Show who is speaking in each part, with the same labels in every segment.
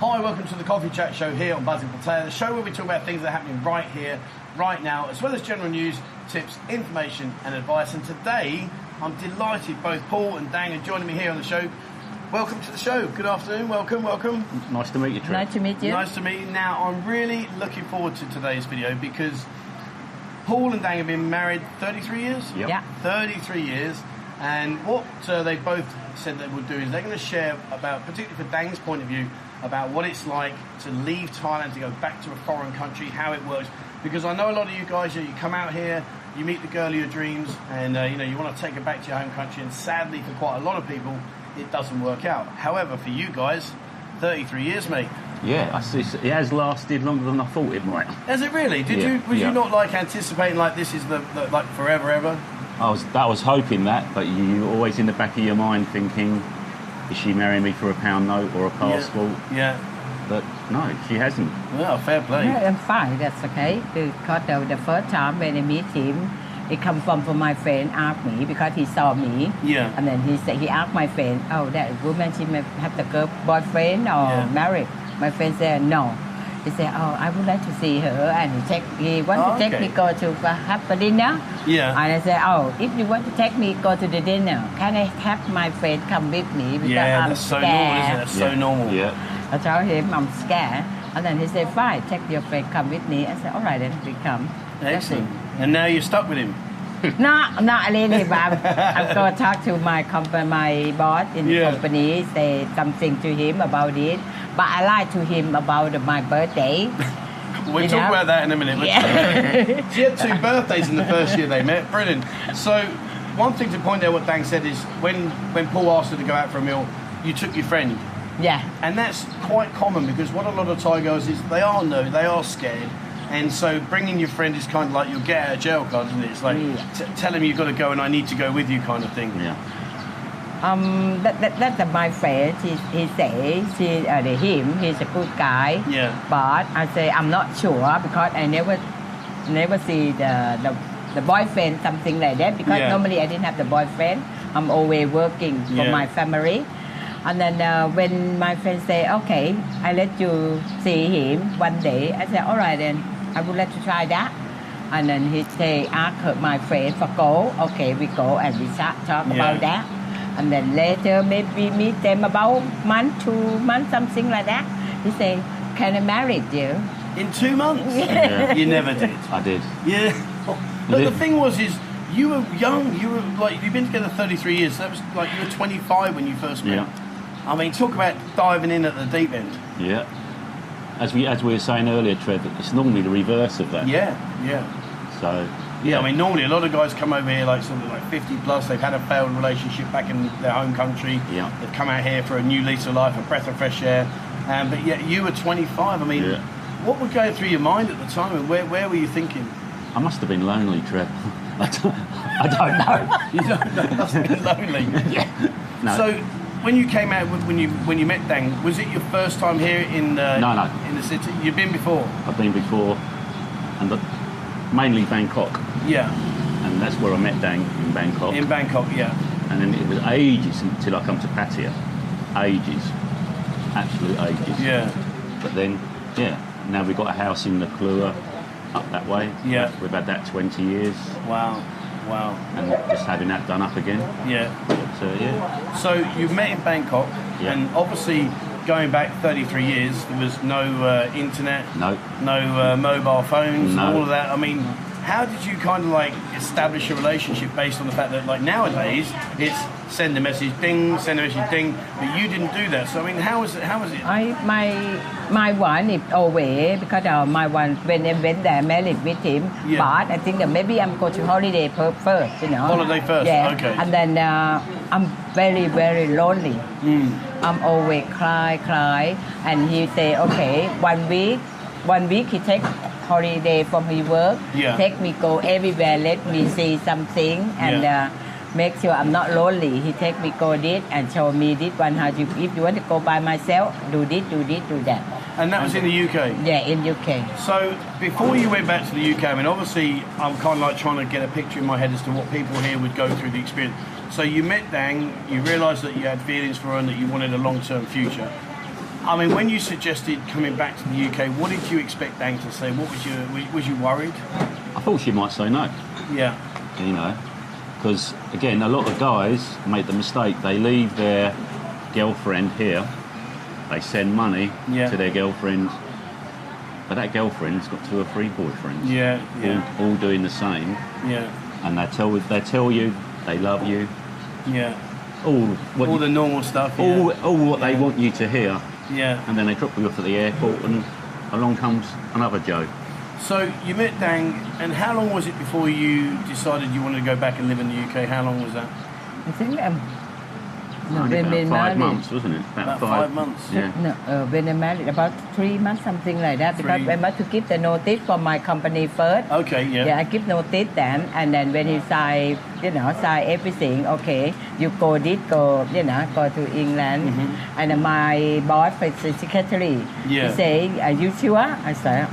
Speaker 1: Hi, welcome to the Coffee Chat Show here on Buzzing Platea, the show where we talk about things that are happening right here, right now, as well as general news, tips, information, and advice. And today, I'm delighted both Paul and Dang are joining me here on the show. Welcome to the show. Good afternoon. Welcome, welcome.
Speaker 2: Nice to meet you, Trish.
Speaker 3: Nice to meet you.
Speaker 1: Nice to meet you. Now, I'm really looking forward to today's video because Paul and Dang have been married 33 years.
Speaker 2: Yep.
Speaker 3: Yeah.
Speaker 1: 33 years. And what uh, they both said they would do is they're going to share about, particularly for Dang's point of view, about what it's like to leave Thailand to go back to a foreign country, how it works. Because I know a lot of you guys, you, know, you come out here, you meet the girl of your dreams, and uh, you know you want to take her back to your home country. And sadly, for quite a lot of people, it doesn't work out. However, for you guys, 33 years, mate.
Speaker 2: Yeah, I see. It has lasted longer than I thought it might.
Speaker 1: Is it really? Did
Speaker 2: Yeah,
Speaker 1: you? Was
Speaker 2: yeah.
Speaker 1: you not like anticipating like this is the, the like forever ever?
Speaker 2: I was, I was hoping that, but you always in the back of your mind thinking, is she marrying me for a pound note or a passport?
Speaker 1: Yeah.
Speaker 2: But no, she hasn't.
Speaker 1: yeah. Well, fair play.
Speaker 3: Yeah, I'm fine. That's okay. Because the, the first time when I meet him, it come from from my friend asked me because he saw me.
Speaker 1: Yeah.
Speaker 3: And then he said he asked my friend, oh that woman she may have the girl boyfriend or
Speaker 1: Yeah.
Speaker 3: married. My friend said no. He said, oh I would like to see her and he take he want
Speaker 1: Oh,
Speaker 3: to take
Speaker 1: okay. Uh-huh.
Speaker 3: me go to uh, have a dinner.
Speaker 1: Yeah.
Speaker 3: And I said, oh if you want to take me go to the dinner, can I have my friend come with me because
Speaker 1: Yeah,
Speaker 3: I'm
Speaker 1: that's so
Speaker 3: scared.
Speaker 1: normal, isn't it? That's so
Speaker 2: Yeah.
Speaker 1: normal.
Speaker 2: Yeah.
Speaker 3: I told him I'm scared, and then he said, "Fine, take your friend, come with me." I said, "All right, then we come." That's it.
Speaker 1: Excellent. And now you're stuck with him.
Speaker 3: No, not really, but I'm, I'm going to talk to my company, my boss in the
Speaker 1: Yeah.
Speaker 3: company, say something to him about it. But I lied to him about my birthday.
Speaker 1: We'll
Speaker 3: You
Speaker 1: talk
Speaker 3: know?
Speaker 1: about that in a minute. Let's-
Speaker 3: yeah.
Speaker 1: She had two birthdays in the first year they met. Brilliant. So, one thing to point out what Dang said is when, when Paul asked her to go out for a meal, you took your friend.
Speaker 3: yeah.
Speaker 1: And that's quite common because what a lot of Thai girls is they are no, they are scared. And so bringing your friend is kind of like your get out of jail card, isn't it? It's like
Speaker 3: Yeah.
Speaker 1: t- tell him you've got to go and I need to go with you kind of thing.
Speaker 2: Yeah.
Speaker 3: Um, that, that, that's my friend. He, he say she, uh, the him. He's a good guy.
Speaker 1: Yeah.
Speaker 3: But I say I'm not sure because I never, never see the the, the boyfriend something like that because
Speaker 1: Yeah.
Speaker 3: normally I didn't have the boyfriend. I'm always working for
Speaker 1: Yeah.
Speaker 3: my family. And then uh, when my friend say, okay, I let you see him one day. I say, all right then, I would like to try that. And then he say, ask her, my friend for go. Okay, we go and we start talk about
Speaker 1: Yeah.
Speaker 3: that. And then later, maybe meet them about month, two months, something like that. He say, can I marry you?
Speaker 1: In two months, you never did.
Speaker 2: I did.
Speaker 1: Yeah. But the
Speaker 2: Yeah.
Speaker 1: thing was, is you were young. You were like you've been together 33 years. So that was like you were 25 when you first met. I mean, talk about diving in at the deep end.
Speaker 2: Yeah. As we as we were saying earlier, Trev, it's normally the reverse of that.
Speaker 1: Yeah, yeah,
Speaker 2: So.
Speaker 1: yeah. I mean, normally a lot of guys come over here like sort of like 50 plus. They've had a failed relationship back in their home country.
Speaker 2: Yeah.
Speaker 1: They've come out here for a new lease of life, a breath of fresh air. Um, but yet you were 25. I mean,
Speaker 2: Yeah.
Speaker 1: what would go through your mind at the time, and where where were you thinking?
Speaker 2: I must have been lonely, Trev. I don't, I
Speaker 1: You don't know. That's been lonely.
Speaker 2: don't know. yeah. No.
Speaker 1: So, when you came out, when you when you met Dang, was it your first time here in uh,
Speaker 2: No, no.
Speaker 1: in the city? You've been before.
Speaker 2: I've been before, and the, mainly Bangkok,
Speaker 1: Yeah,
Speaker 2: and that's where I met Dang in Bangkok.
Speaker 1: in Bangkok. Yeah,
Speaker 2: and then it was ages until I come to Pattaya, ages, absolute ages.
Speaker 1: yeah,
Speaker 2: But then, yeah, now we've got a house in the Klua, up that way.
Speaker 1: Yeah.
Speaker 2: We've had that 20 years,
Speaker 1: wow, wow,
Speaker 2: and just having that done up again.
Speaker 1: yeah.
Speaker 2: So yeah,
Speaker 1: So you've met in Bangkok,
Speaker 2: Yeah.
Speaker 1: and obviously going back 33 years, there was no uh, internet,
Speaker 2: no,
Speaker 1: no uh, mobile phones,
Speaker 2: No.
Speaker 1: all of that. I mean. How did you kind of like establish a relationship based on the fact that like nowadays it's send a message ding, send a message ding, but you didn't do that. So I mean, how was it? How was it?
Speaker 3: I my my one is away because uh, my one when I went there married with him.
Speaker 1: Yeah.
Speaker 3: But I think that maybe I'm going to holiday per- first, you know.
Speaker 1: Holiday first,
Speaker 3: Yeah.
Speaker 1: okay.
Speaker 3: And then uh, I'm very very lonely.
Speaker 1: Hmm.
Speaker 3: I'm always cry cry, and he say okay one week, one week he take holiday from his work.
Speaker 1: Yeah.
Speaker 3: Take me go everywhere, let me see something, and.
Speaker 1: Yeah.
Speaker 3: Uh, Make sure I'm not lonely. He take me go this and show me this one how you if you want to go by myself, do this, do this, do that.
Speaker 1: And that was in the UK.
Speaker 3: Yeah, in UK.
Speaker 1: So before you went back to the UK, I mean, obviously, I'm kind of like trying to get a picture in my head as to what people here would go through the experience. So you met Dang, you realised that you had feelings for her and that you wanted a long-term future. I mean, when you suggested coming back to the UK, what did you expect Dang to say? What was you was, was you worried?
Speaker 2: I thought she might say no.
Speaker 1: Yeah,
Speaker 2: you know because again a lot of guys make the mistake they leave their girlfriend here they send money
Speaker 1: Yeah.
Speaker 2: to their girlfriend but that girlfriend's got two or three boyfriends
Speaker 1: yeah, yeah,
Speaker 2: all, all doing the same
Speaker 1: yeah,
Speaker 2: and they tell they tell you they love you
Speaker 1: yeah.
Speaker 2: all what
Speaker 1: All
Speaker 2: you-
Speaker 1: the normal stuff. Yeah.
Speaker 2: all, all what they want you to hear
Speaker 1: yeah.
Speaker 2: and then they drop you off at the airport and along comes another joe
Speaker 1: So you met Dang, and how long was it before you decided you wanted to go back and live in the UK? How long was that?
Speaker 3: I think um, no,
Speaker 2: Only
Speaker 3: they've
Speaker 2: about
Speaker 3: been
Speaker 2: five
Speaker 3: married.
Speaker 2: months wasn't it about,
Speaker 1: About five months.
Speaker 2: yeah
Speaker 3: No, uh, when they married, about three months, something like that. Because
Speaker 1: Three.
Speaker 3: I must to give the notice from my company first.
Speaker 1: Okay, yeah.
Speaker 3: Yeah, I give notice them, and then when he sign, you know, sign everything. Okay, you go did go, you know, go to England, and then my boss was the secretary.
Speaker 1: Mm-hmm. Yeah.
Speaker 3: He say, are you sure? I said,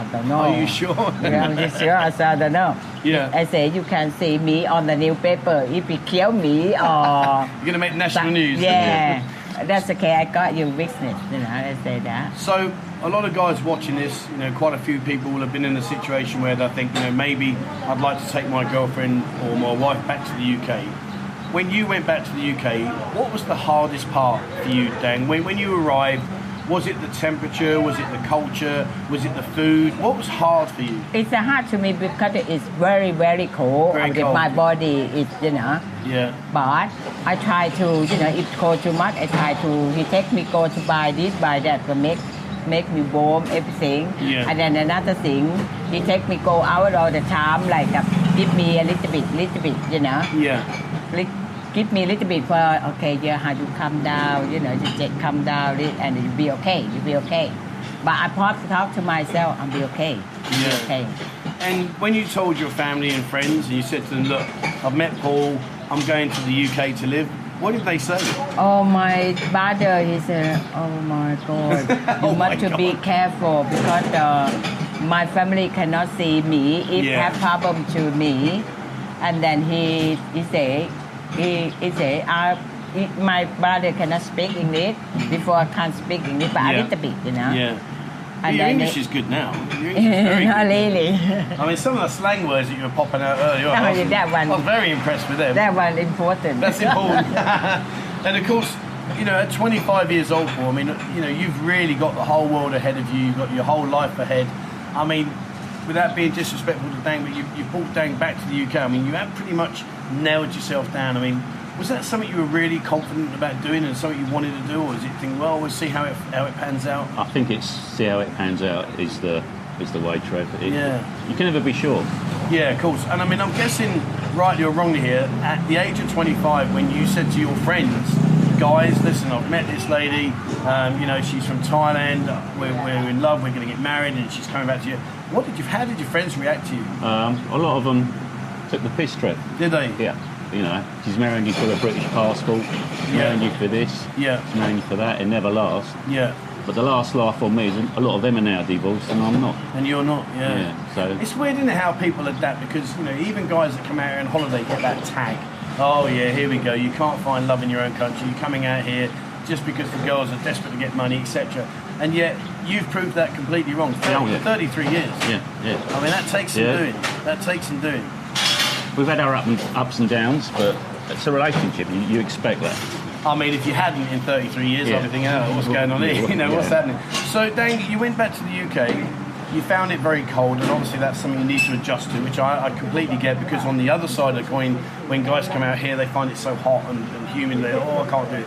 Speaker 3: I don't know.
Speaker 1: Are you sure?
Speaker 3: Oh. yeah, are you sure? I said, I don't know.
Speaker 1: Yeah.
Speaker 3: I say, you can see me on the newspaper if you kill me or.
Speaker 1: You're going to make national news.
Speaker 3: Yeah. That's okay, I got your weakness, you know, I say that.
Speaker 1: So a lot of guys watching this, you know, quite a few people will have been in a situation where they think, you know, maybe I'd like to take my girlfriend or my wife back to the UK. When you went back to the UK, what was the hardest part for you, Dan? When, when you arrived, was it the temperature? Was it the culture? Was it the food? What was hard for you?
Speaker 3: It's uh, hard to me because it's very, very cold.
Speaker 1: Very
Speaker 3: and
Speaker 1: cold.
Speaker 3: My body is, you know,
Speaker 1: Yeah.
Speaker 3: but I try to, you know, if cold too much, I try to, he take me go to buy this, buy that, to make, make me warm, everything.
Speaker 1: Yeah.
Speaker 3: And then another thing, he take me go out all the time, like uh, give me a little bit, little bit, you know.
Speaker 1: Yeah.
Speaker 3: Like, give me a little bit for okay yeah how you calm down you know you just calm down li- and you'll be okay you'll be okay but i talk, talk to myself i'll be okay I'll
Speaker 1: Yeah.
Speaker 3: be okay
Speaker 1: And when you told your family and friends and you said to them, look, I've met Paul, I'm going to the UK to live, what did they say?
Speaker 3: oh my father he said oh my god you
Speaker 1: Oh my
Speaker 3: must to be careful because uh, my family cannot see me if
Speaker 1: Yeah.
Speaker 3: have problem to me and then he he say he, he say I, he- my brother cannot speak English before I can't speak English, but a
Speaker 1: Yeah.
Speaker 3: little bit, you know.
Speaker 1: Well,
Speaker 3: And
Speaker 1: your
Speaker 3: then
Speaker 1: English
Speaker 3: they-
Speaker 1: is good now. Your English is very
Speaker 3: Not
Speaker 1: good.
Speaker 3: really.
Speaker 1: I mean, some of the slang words that you were popping out earlier on,
Speaker 3: Oh,
Speaker 1: I was-
Speaker 3: yeah, that one.
Speaker 1: I was very impressed with them.
Speaker 3: That one important.
Speaker 1: That's important. and of course, you know, at 25 years old, Paul, I mean, you know, you've really got the whole world ahead of you. You've got your whole life ahead. I mean, without being disrespectful to Dang, but you, you brought Dang back to the UK. I mean, you have pretty much nailed yourself down. I mean, was that something you were really confident about doing and something you wanted to do, or is it think, well, we'll see how it how it pans out?
Speaker 2: I think it's see how it pans out is the is the way Trev. It-
Speaker 1: Yeah.
Speaker 2: You can never be sure.
Speaker 1: Yeah, of course. And I mean, I'm guessing, rightly or wrongly here, at the age of 25, when you said to your friends, guys, listen, I've met this lady, um, you know, she's from Thailand, we're, we're in love, we're going to get married, and she's coming back to you. What did you, how did your friends react to you?
Speaker 2: Um, a lot of them took the piss Trev.
Speaker 1: Did they?
Speaker 2: Yeah. You know, she's marrying you for a British passport. She's
Speaker 1: Yeah.
Speaker 2: marrying you for this.
Speaker 1: Yeah.
Speaker 2: She's marrying you for that. It never lasts.
Speaker 1: Yeah.
Speaker 2: But the last laugh on me is a lot of them are now divorced and I'm not.
Speaker 1: And you're not, yeah.
Speaker 2: Yeah, so-
Speaker 1: It's weird, isn't it, how people adapt, because, you know, even guys that come out here on holiday get that tag. Oh, yeah, here we go, you can't find love in your own country, you're coming out here just because the girls are desperate to get money, etc. And yet, you've proved that completely wrong.
Speaker 2: Oh, yeah.
Speaker 1: 33 years.
Speaker 2: Yeah, yeah.
Speaker 1: I mean, that takes some
Speaker 2: Yeah.
Speaker 1: doing. That takes some doing.
Speaker 2: We've had our up and, ups and downs, but it's a relationship. You, you expect that.
Speaker 1: I mean, if you hadn't in 33 years,
Speaker 2: Yeah.
Speaker 1: I'd be thinking, oh, what's going on here? You know, what's
Speaker 2: Yeah.
Speaker 1: happening? So, Dane, you went back to the UK. You found it very cold, and obviously that's something you need to adjust to, which I, I completely get because on the other side of the coin, when guys come out here, they find it so hot and, and humid. They're, oh, I can't do it.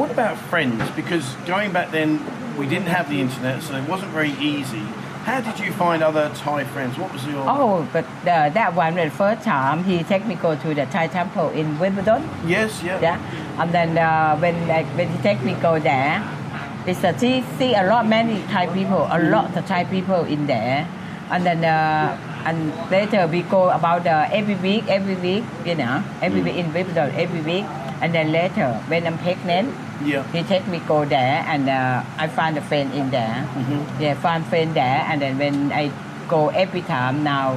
Speaker 1: What about friends? Because going back then, we didn't have the internet, so it wasn't very easy. How did you find other Thai friends? What was your
Speaker 3: Oh, but uh, that one, the first time, he take me go to the Thai temple in Wimbledon.
Speaker 1: yes, yeah,
Speaker 3: Yeah. And then uh, when like, when he take me go there, it's a, see, see a lot many Thai people, a lot of Thai people in there. And then uh, and later we go about uh, every week, every week, you know, every week in Wimbledon, every week. And then later, when I'm pregnant,
Speaker 1: yeah.
Speaker 3: He take me go there and uh, I find a friend in there. Yeah, find friend there and then when I go every time now,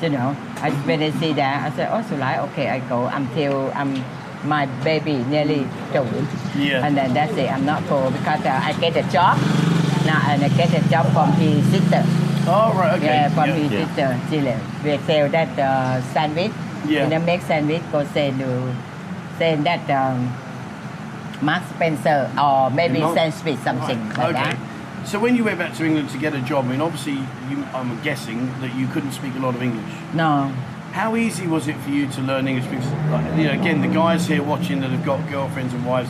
Speaker 3: you know, I when I see there I say, oh Sulai, okay, I go until I'm my baby nearly stolen.
Speaker 1: Yeah.
Speaker 3: And then that's it. I'm not poor because uh, I get a job. Now and I get a job from his sister.
Speaker 1: Oh, right, okay.
Speaker 3: Yeah, from
Speaker 1: yeah.
Speaker 3: his
Speaker 2: Yeah.
Speaker 3: sister. She left. We sell that uh, sandwich.
Speaker 1: Yeah.
Speaker 3: And then make sandwich go send to send that um, Mark Spencer or maybe
Speaker 1: Mark-
Speaker 3: Sam Smith something
Speaker 1: Right,
Speaker 3: like
Speaker 1: okay.
Speaker 3: that.
Speaker 1: So when you went back to England to get a job, I mean, obviously, you, I'm guessing that you couldn't speak a lot of English.
Speaker 3: No.
Speaker 1: How easy was it for you to learn English? Because, like, you know, again, the guys here watching that have got girlfriends and wives,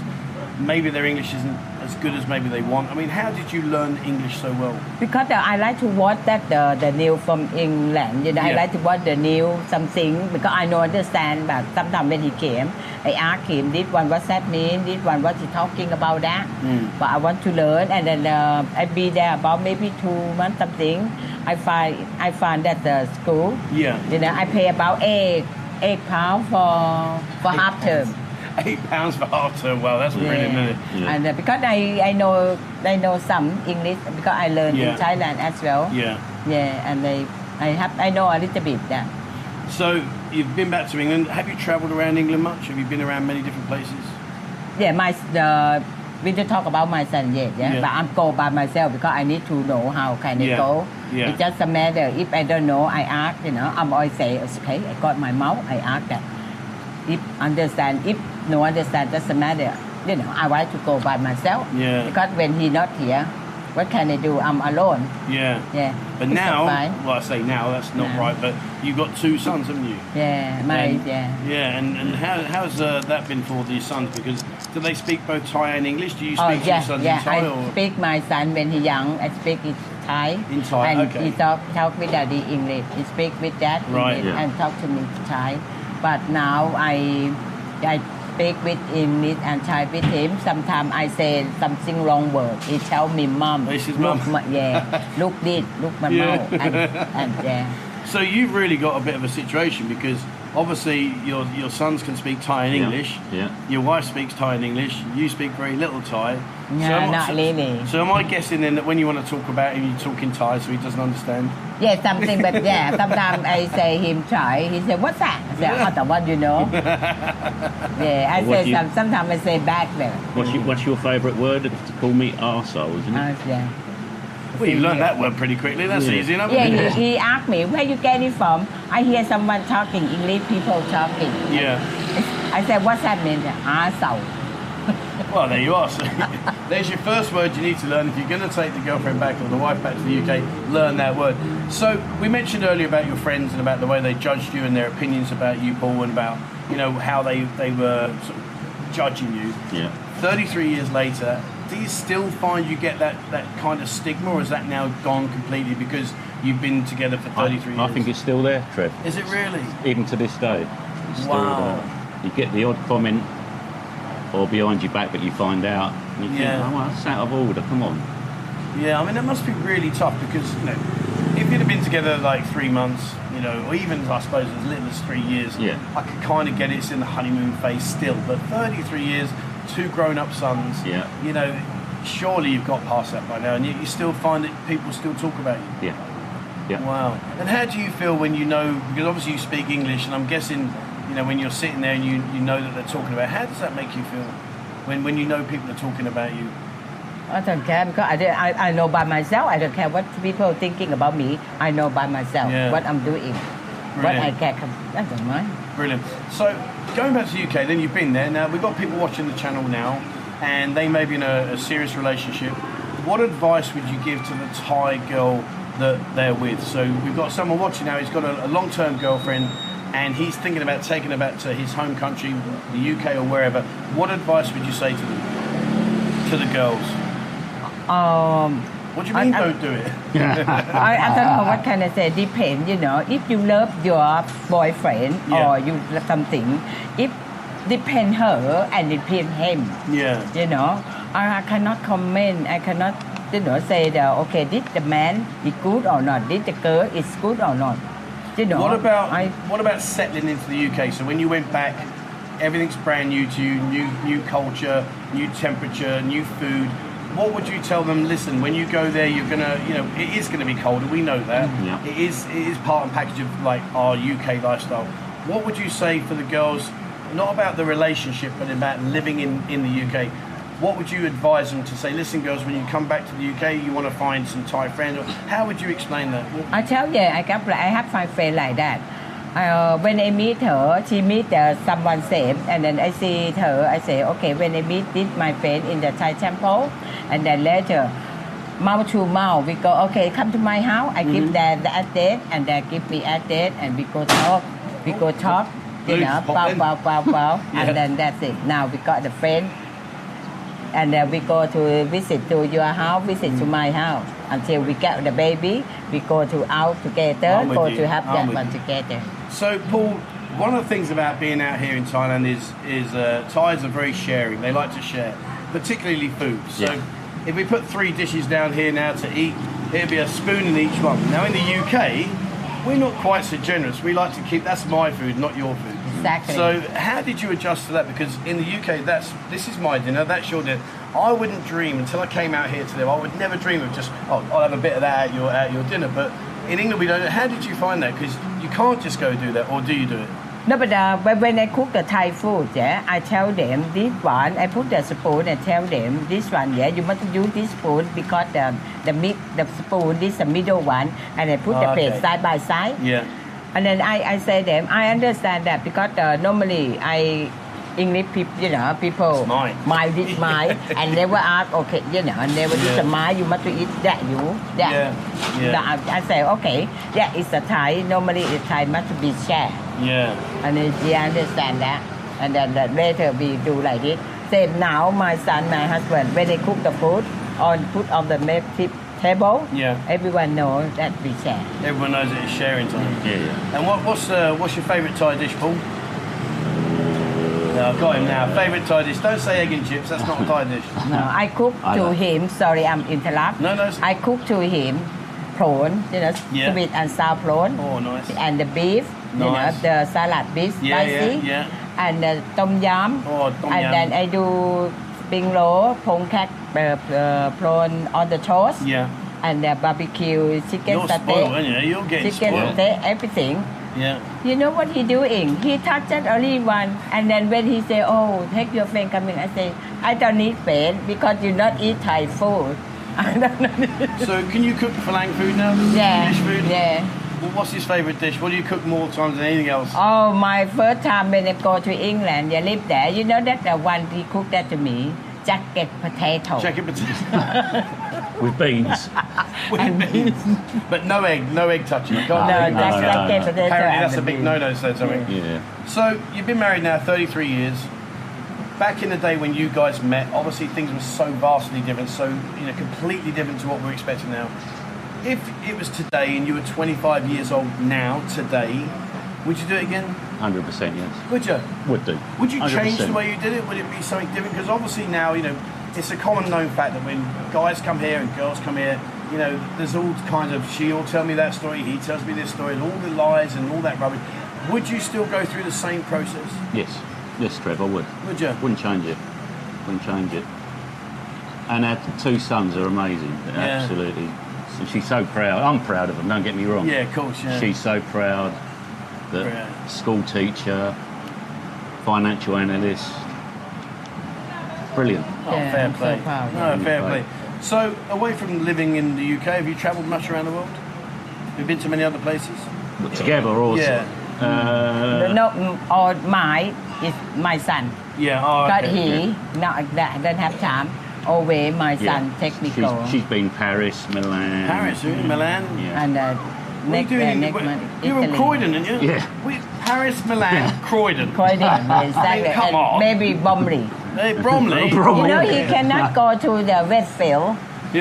Speaker 1: maybe their English isn't as good as maybe they want. I mean, how did you learn English so well?
Speaker 3: Because uh, I like to watch that uh, the news from England, you know, I
Speaker 1: Yeah.
Speaker 3: like to watch the news something because I know understand. But sometimes when he came, I ask him this one what's that mean, this one what he talking about that.
Speaker 1: Mm.
Speaker 3: But I want to learn, and then uh, I be there about maybe two months something. I find I find that the school,
Speaker 1: Yeah.
Speaker 3: you know, I pay about eight eight pound for for half term.
Speaker 1: Eight pounds for half term. Wow, that's brilliant, isn't it?
Speaker 2: Yeah.
Speaker 3: And uh, because I I know I know some English because I learned in
Speaker 1: Yeah.
Speaker 3: Thailand as well.
Speaker 1: Yeah.
Speaker 3: Yeah, and I, I have, I know a little bit that.
Speaker 1: So you've been back to England. Have you travelled around England much? Have you been around many different places?
Speaker 3: Yeah, my uh, we don't talk about my son yet. Yeah,
Speaker 1: Yeah.
Speaker 3: but I'm go by myself because I need to know how can I
Speaker 1: Yeah,
Speaker 3: go.
Speaker 1: yeah.
Speaker 3: It just a matter if I don't know, I ask. You know, I'm always say okay. I got my mouth. I ask that. If understand, if no understand, doesn't matter. You know, I want to go by myself.
Speaker 1: Yeah.
Speaker 3: Because when he not here, what can I do? I'm alone.
Speaker 1: Yeah.
Speaker 3: Yeah.
Speaker 1: But
Speaker 3: It's
Speaker 1: now,
Speaker 3: fine.
Speaker 1: well, I say now, that's not
Speaker 3: No.
Speaker 1: right, but you've got two sons, haven't you?
Speaker 3: Yeah, my
Speaker 1: And-
Speaker 3: yeah.
Speaker 1: Yeah, and, and how, how's uh, that been for these sons? Because do they speak both Thai and English? Do you speak to your sons
Speaker 3: Oh, yeah.
Speaker 1: in Thai?
Speaker 3: I
Speaker 1: or?
Speaker 3: speak my son when he young. I speak in Thai.
Speaker 1: In Thai,
Speaker 3: and
Speaker 1: okay.
Speaker 3: he talk talk with daddy English. He speak with dad
Speaker 1: Right,
Speaker 3: English
Speaker 2: yeah.
Speaker 3: and talk to me Thai. But now I I speak with English and Thai with him. Sometimes I say something wrong word. He tell me mom.
Speaker 1: This is
Speaker 3: look,
Speaker 1: mum."
Speaker 3: ma- yeah. Look this. Look my
Speaker 1: Yeah.
Speaker 3: mouth. And, and yeah.
Speaker 1: So you've really got a bit of a situation because obviously your your sons can speak Thai and
Speaker 2: Yeah,
Speaker 1: English.
Speaker 2: yeah.
Speaker 1: Your wife speaks Thai and English. You speak very little Thai.
Speaker 3: No,
Speaker 1: am I-
Speaker 3: not really.
Speaker 1: So am I guessing then that when you want to talk about him, you talk in Thai so he doesn't understand?
Speaker 3: Yeah, something, but yeah, sometimes I say him try. He said, "What's that?" I said, "Oh, the one you know." yeah, I
Speaker 2: Well, what
Speaker 3: say
Speaker 2: do you-
Speaker 3: some. Sometimes I say back there.
Speaker 2: What's your, what's your favourite word? It's to call me arsehole, isn't it?
Speaker 3: Uh, yeah.
Speaker 1: Well, you learned that word pretty quickly. That's
Speaker 2: Yeah.
Speaker 1: easy enough.
Speaker 3: Yeah,
Speaker 1: isn't
Speaker 3: he,
Speaker 1: it?
Speaker 3: he asked me where you get it from. I hear someone talking English people talking.
Speaker 1: Yeah.
Speaker 3: I said, "Ah, "What's that mean?" Asshole.
Speaker 1: Well, there you are. So there's your first word you need to learn if you're going to take the girlfriend back or the wife back to the UK. Learn that word. So we mentioned earlier about your friends and about the way they judged you and their opinions about you, Paul, and about you know how they they were sort of judging you.
Speaker 2: Yeah.
Speaker 1: 33 years later, do you still find you get that that kind of stigma, or is that now gone completely because you've been together for 33
Speaker 2: I,
Speaker 1: years?
Speaker 2: I think it's still there, Trev.
Speaker 1: Is it really?
Speaker 2: Even to this day. It's still
Speaker 1: Wow.
Speaker 2: there. You get the odd comment or behind your back that you find out. And you
Speaker 1: Yeah.
Speaker 2: think, oh, well, that's out of order. Come on.
Speaker 1: Yeah, I mean that must be really tough because you know if you'd have been together like three months, you know, or even I suppose as little as three years,
Speaker 2: Yeah.
Speaker 1: I could kind of get it's in the honeymoon phase still. But 33 years, two grown-up sons,
Speaker 2: Yeah.
Speaker 1: you know, surely you've got past that by now, and yet you still find that people still talk about you.
Speaker 2: Yeah.
Speaker 1: Wow. And how do you feel when you know? Because obviously you speak English, and I'm guessing, you know, when you're sitting there and you, you know that they're talking about. How does that make you feel when when you know people are talking about you?
Speaker 3: I don't care because I, don't- I, I know by myself. I don't care what people thinking about me. I know by myself
Speaker 1: Yeah.
Speaker 3: what I'm doing. What I
Speaker 1: Brilliant.
Speaker 3: care, I don't mind.
Speaker 1: Brilliant. So going back to the UK, then you've been there. Now we've got people watching the channel now, and they may be in a, a serious relationship. What advice would you give to the Thai girl that they're with? So we've got someone watching now. He's got a, a long-term girlfriend, and he's thinking about taking her back to his home country, the UK or wherever. What advice would you say to them, to the girls?
Speaker 3: Um,
Speaker 1: What do you
Speaker 3: I-
Speaker 1: mean?
Speaker 3: I-
Speaker 1: don't do it.
Speaker 3: I, I don't know what can I say. Depend, you know, if you love your boyfriend
Speaker 1: Yeah.
Speaker 3: or you love something, if depend her and depend him,
Speaker 1: Yeah.
Speaker 3: you know, I, I cannot comment. I cannot, you know, say that okay, did the man is good or not? Did the girl is good or not? You know.
Speaker 1: What about
Speaker 3: I,
Speaker 1: what about settling into the UK? So when you went back, everything's brand new to you, new new culture, new temperature, new food. What would you tell them? Listen, when you go there, you're gonna, you know, it is gonna be colder. We know that.
Speaker 3: Mm-hmm.
Speaker 2: Yeah.
Speaker 1: It is it is part and package of like our UK lifestyle. What would you say for the girls not about the relationship, but about living in, in the UK. What would you advise them to say? Listen, girls, when you come back to the UK, you want to find some Thai friends. Or how would you explain that? What-
Speaker 3: I tell you, I got I have my friend like that. Uh, when I meet her, she meet uh, someone same, and then I see her. I say, okay. When I meet this my friend in the Thai temple, and then later, mouth to mouth, we go. Okay, come to my house. I give them the update, and they give me update, and we go talk. We go talk. You
Speaker 1: Nice.
Speaker 3: know,
Speaker 1: Pop
Speaker 3: bow,
Speaker 1: in.
Speaker 3: bow, bow, bow,
Speaker 1: Yeah.
Speaker 3: and then that's it. Now we got the friend, and then we go to visit to your house, visit
Speaker 1: Mm.
Speaker 3: to my house until we get the baby. We go to out together,
Speaker 1: I'm with
Speaker 3: go
Speaker 1: you.
Speaker 3: to have
Speaker 1: I'm
Speaker 3: that
Speaker 1: with
Speaker 3: one
Speaker 1: you.
Speaker 3: together.
Speaker 1: So, Paul, one of the things about being out here in Thailand is is uh, Thais are very sharing. They like to share, particularly food. So,
Speaker 2: Yeah.
Speaker 1: if we put three dishes down here now to eat, it'd be a spoon in each one. Now, in the UK, we're not quite so generous. We like to keep that's my food, not your food.
Speaker 3: Exactly.
Speaker 1: So, how did you adjust to that? Because in the UK, that's this is my dinner, that's your dinner. I wouldn't dream until I came out here to live. I would never dream of just oh, I'll have a bit of that at your at your dinner. But in England, we don't. How did you find that? Because you can't just go do that, or do you do it?
Speaker 3: No, but uh, when, when I cook the Thai food, yeah, I tell them this one. I put the spoon and tell them this one. Yeah, you must use this spoon because the the mid, the spoon this the middle one, and I put the
Speaker 1: Oh, Okay.
Speaker 3: plate side by side.
Speaker 1: Yeah.
Speaker 3: And then I, I say them, I understand that because uh, normally I English people, you know, people
Speaker 1: It's mine.
Speaker 3: my this mine and never ask okay, you know, and never this
Speaker 1: Yeah.
Speaker 3: a mine, you must eat that you that.
Speaker 1: Yeah. Yeah.
Speaker 3: That I, I say okay, that is a Thai. Normally the Thai must be shared,
Speaker 1: Yeah.
Speaker 3: and then she understand that. And then uh, later we do like this. Same now, my son, my husband, when they cook the food on put on the ma- tip table,
Speaker 1: Yeah.
Speaker 3: everyone knows that we share.
Speaker 1: Everyone knows it is sharing time.
Speaker 2: Yeah, yeah.
Speaker 1: And what, what's uh, what's your favourite Thai dish, Paul? No, I've got him now. Favourite Thai dish. Don't say egg and chips. That's not a Thai dish.
Speaker 3: No, I cook
Speaker 2: I
Speaker 3: to
Speaker 2: like-
Speaker 3: him. Sorry, I'm interrupt.
Speaker 1: No, no, it's-
Speaker 3: I cook to him prawn, you know,
Speaker 1: Yeah.
Speaker 3: sweet and sour prawn,
Speaker 1: Oh, nice.
Speaker 3: and the beef, you know,
Speaker 1: Nice.
Speaker 3: the salad beef,
Speaker 1: Yeah, yeah,
Speaker 3: spicy,
Speaker 1: yeah.
Speaker 3: and the tom yum.
Speaker 1: Oh, tom
Speaker 3: and
Speaker 1: yum.
Speaker 3: then I do spring roll, pong cat, uh, uh, prawn on the toast,
Speaker 1: Yeah.
Speaker 3: and the barbecue chicken
Speaker 1: You're spoiled,
Speaker 3: satay,
Speaker 1: aren't you? You're getting
Speaker 3: chicken
Speaker 1: spoiled.
Speaker 3: satay, everything.
Speaker 1: Yeah.
Speaker 3: You know what he doing? He touched that only one, and then when he say, "Oh, take your friend coming," I say, "I don't need friend because you not eat Thai food." I don't know.
Speaker 1: So, can you cook Falang food now?
Speaker 3: yeah,
Speaker 1: English food?
Speaker 3: yeah.
Speaker 1: Well, what's his favourite dish? What do you cook more times than anything else?
Speaker 3: Oh, my first time when I go to England, I live there. You know that the one he cooked that to me, jacket potato.
Speaker 1: Check it, but,
Speaker 2: With beans.
Speaker 1: but no egg, no egg touching. You
Speaker 3: no,
Speaker 1: can't
Speaker 2: No,
Speaker 1: have egg
Speaker 3: that's
Speaker 2: no,
Speaker 1: touching.
Speaker 3: jacket
Speaker 2: no.
Speaker 3: potato.
Speaker 1: Apparently,
Speaker 3: and
Speaker 1: that's
Speaker 3: the
Speaker 1: a big
Speaker 3: beef.
Speaker 1: no-no. Said something.
Speaker 2: yeah.
Speaker 1: So you've been married now 33 years. Back in the day when you guys met, obviously things were so vastly different, so you know completely different to what we're expecting now. If it was today and you were 25 years old now today, would you do it again?
Speaker 2: 100% yes.
Speaker 1: Would you?
Speaker 2: Would do.
Speaker 1: Would you change
Speaker 2: 100%.
Speaker 1: the way you did it? Would it be something different? Because obviously now, you know, it's a common known fact that when guys come here and girls come here, you know, there's all kinds of she'll tell me that story, he tells me this story, and all the lies and all that rubbish. Would you still go through the same process?
Speaker 2: Yes. Yes, Trev, I would.
Speaker 1: Would you?
Speaker 2: Wouldn't change it. Wouldn't change it. And our two sons are amazing. They're
Speaker 1: Yeah.
Speaker 2: Absolutely. So she's so proud. I'm proud of them, don't get me wrong.
Speaker 1: Yeah, of course. Yeah.
Speaker 2: She's so proud that
Speaker 1: Proud.
Speaker 2: school teacher, financial analyst. Brilliant.
Speaker 1: oh,
Speaker 3: Yeah,
Speaker 1: fair
Speaker 3: I'm so
Speaker 1: play.
Speaker 3: proud.
Speaker 1: no, fair
Speaker 2: Fair
Speaker 1: play. So, away from living in the UK, have you travelled much around the world? Have you been to many other places?
Speaker 2: But together also.
Speaker 1: Yeah.
Speaker 2: Uh,
Speaker 3: No, mm, or my is my son.
Speaker 1: Yeah. Oh,
Speaker 3: But
Speaker 1: okay.
Speaker 3: he, not that, don't have time. Always my
Speaker 2: yeah.
Speaker 3: son take me
Speaker 2: she's,
Speaker 3: go.
Speaker 2: she's been Paris, Milan.
Speaker 1: Paris, eh? Milan.
Speaker 2: Yeah.
Speaker 3: And uh,
Speaker 1: What are you
Speaker 3: next, uh,
Speaker 1: doing?
Speaker 3: next
Speaker 1: in,
Speaker 3: month,
Speaker 1: you're in
Speaker 3: Italy.
Speaker 1: Croydon, aren't you?
Speaker 2: Yeah.
Speaker 1: We, Paris, Milan, Croydon.
Speaker 3: Croydon, yes, exactly.
Speaker 1: come
Speaker 3: and
Speaker 1: on.
Speaker 3: maybe Bromley.
Speaker 1: Hey, Bromley.
Speaker 2: Oh, Brom-
Speaker 3: You know, he
Speaker 2: Okay.
Speaker 3: cannot go to the Westfield.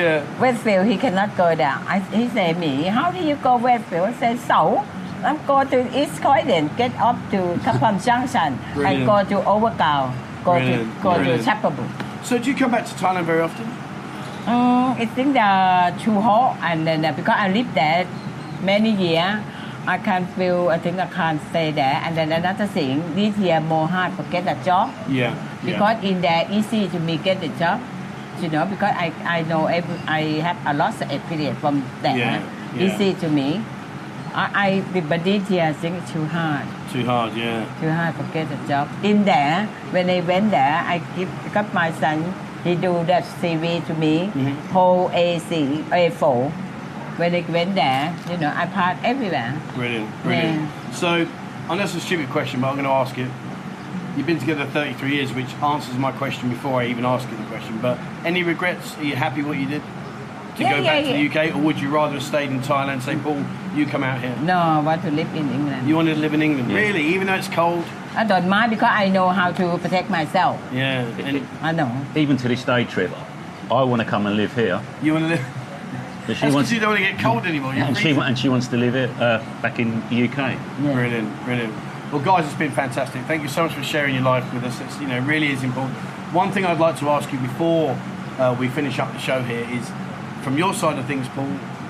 Speaker 1: Yeah.
Speaker 3: Westfield, he cannot go there. I, he said me, how do you go Westfield? I said, so, I'm going to East Croydon, get up to Kapam Junction, and go
Speaker 1: Brilliant.
Speaker 3: to Overcow, go
Speaker 1: Brilliant,
Speaker 3: to go
Speaker 1: brilliant.
Speaker 3: to Chapelwood.
Speaker 1: So do you come back to Thailand very often?
Speaker 3: Mm, I think the too hot, and then uh, because I lived there many years, I can feel. I think I can't stay there. And then another thing, this year more hard to get a job
Speaker 1: Yeah.
Speaker 3: because in there easy to me get the job. You know, because I I know every, I have a lot of experience from there.
Speaker 1: Yeah, yeah.
Speaker 3: Easy to me. I, I rebonded here, I think it's too hard.
Speaker 4: Too hard, yeah.
Speaker 3: Too hard to get a job. In there, when I went there, I give, got my son, he do that CV to me,
Speaker 1: Mm-hmm.
Speaker 3: whole AC, A4. When I went there, you know, I part everywhere.
Speaker 1: Brilliant, brilliant. So, I know it's a stupid question, but I'm going to ask it. You've been together 33 years, which answers my question before I even ask you the question. But any regrets? Are you happy what you did to
Speaker 3: Yeah,
Speaker 1: go
Speaker 3: yeah,
Speaker 1: back
Speaker 3: yeah.
Speaker 1: to the UK, or would you rather have stayed in Thailand? Say, Paul, you come out here.
Speaker 3: No, I want to live in England.
Speaker 1: You wanted to live in England,
Speaker 2: Yeah.
Speaker 1: really, even though it's cold.
Speaker 3: I don't mind because I know how to protect myself.
Speaker 1: Yeah, and
Speaker 3: I know.
Speaker 2: Even to this day, Trip, I want to come and live here.
Speaker 1: you want to live.
Speaker 2: But she
Speaker 1: That's
Speaker 2: wants,
Speaker 1: because you don't want to get cold anymore. You're
Speaker 2: and, she,
Speaker 1: freezing.
Speaker 2: wa- and she wants to live it uh, back in the UK.
Speaker 3: Yeah.
Speaker 1: Brilliant, brilliant. Well, guys, it's been fantastic. Thank you so much for sharing your life with us. It's you know really is important. One thing I'd like to ask you before uh, we finish up the show here is, from your side of things, Paul,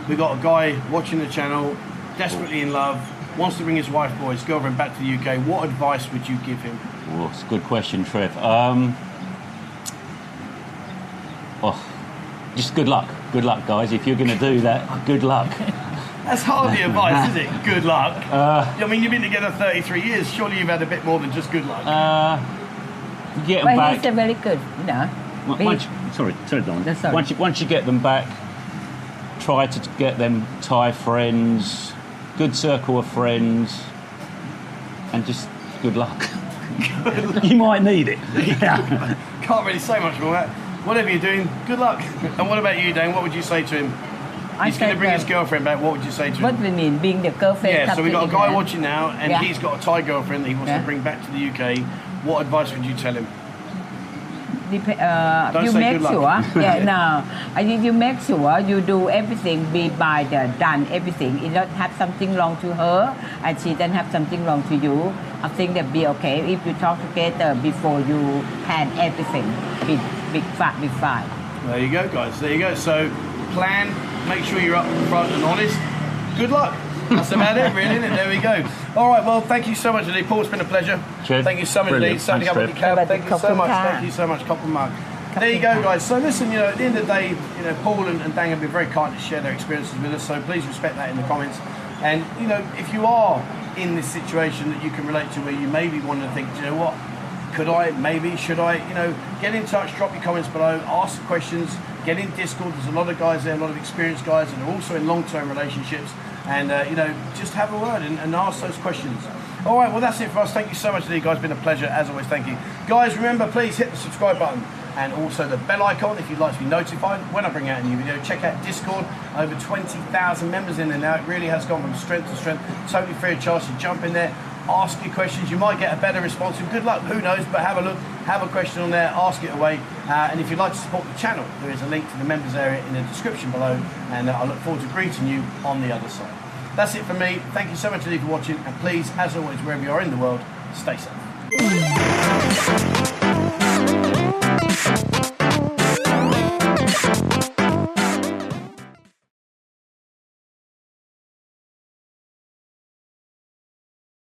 Speaker 1: we got a guy watching the channel, desperately in love, wants to bring his wife or his girlfriend back to the UK. What advice would you give him?
Speaker 2: Well, it's a good question, Trev. Um, oh, just good luck. Good luck, guys. If you're going to do that, good luck.
Speaker 1: That's hardly advice, is it? Good luck. I mean, you've been together 33 years. Surely you've had a bit more than just good luck.
Speaker 2: Uh, you get them
Speaker 3: But he's
Speaker 2: back.
Speaker 3: a very good, you know.
Speaker 2: on-
Speaker 3: he-
Speaker 2: Once, you- sorry, sorry, Don.
Speaker 3: No, sorry.
Speaker 2: Once you, once you get them back, try to get them Thai friends, good circle of friends, and just good luck. you might need it.
Speaker 1: Can't really say much more. That. Whatever you're doing, good luck. And what about you, Dan? What would you say to him?
Speaker 3: I
Speaker 1: He's going to
Speaker 3: said uh,
Speaker 1: bring
Speaker 3: that-
Speaker 1: his girlfriend back. What would you say to him?
Speaker 3: What we mean, being the girlfriend.
Speaker 1: Yeah, so
Speaker 3: come
Speaker 1: we
Speaker 3: to
Speaker 1: got a guy
Speaker 3: England.
Speaker 1: watching now, and
Speaker 3: Yeah.
Speaker 1: he's got a Thai girlfriend that he wants
Speaker 3: Yeah.
Speaker 1: to bring back to the UK. What advice would you tell him?
Speaker 3: Dep- uh,
Speaker 1: Don't
Speaker 3: you
Speaker 1: say
Speaker 3: make
Speaker 1: good luck.
Speaker 3: sure, yeah, no. I think you make sure you do everything, be by the done everything. It not have something wrong to her, and she doesn't have something wrong to you. I think that be okay if you talk together before you plan everything. Be big fat, big fine.
Speaker 1: There you go, guys. There you go. So plan, make sure you're up front and honest. Good luck. That's about it, really. Isn't it? There we go. All right. Well, thank you so much, Lee. Paul, it's been a pleasure.
Speaker 2: Cheers.
Speaker 1: Thank you so much, Lee.
Speaker 2: Brilliant.
Speaker 1: Standing up
Speaker 2: Thanks,
Speaker 1: with the cab.
Speaker 3: Trevor.
Speaker 1: Thank you so much.
Speaker 3: Koppenka.
Speaker 1: Thank you so much, Copper Mug. There you go, guys. So listen, you know, at the end of the day, you know, Paul and, and Dang have been very kind to share their experiences with us. So please respect that in the comments. And you know, if you are in this situation that you can relate to, where you maybe want to think, "Do you know what? Could I? Maybe. Should I? You know, get in touch, drop your comments below, ask questions, get in Discord. There's a lot of guys there, a lot of experienced guys, and are also in long term relationships. And, uh, you know, just have a word and, and ask those questions. All right, well, that's it for us. Thank you so much, Lee, guys. Been a pleasure, as always. Thank you. Guys, remember, please hit the subscribe button and also the bell icon if you'd like to be notified when I bring out a new video. Check out Discord, over 20,000 members in there now. It really has gone from strength to strength. Totally free of charge to jump in there ask your questions. You might get a better response. And good luck, who knows? But have a look, have a question on there, ask it away. Uh, and if you'd like to support the channel, there is a link to the members area in the description below. And uh, I look forward to greeting you on the other side. That's it for me. Thank you so much indeed for watching. And please, as always, wherever you are in the world, stay safe.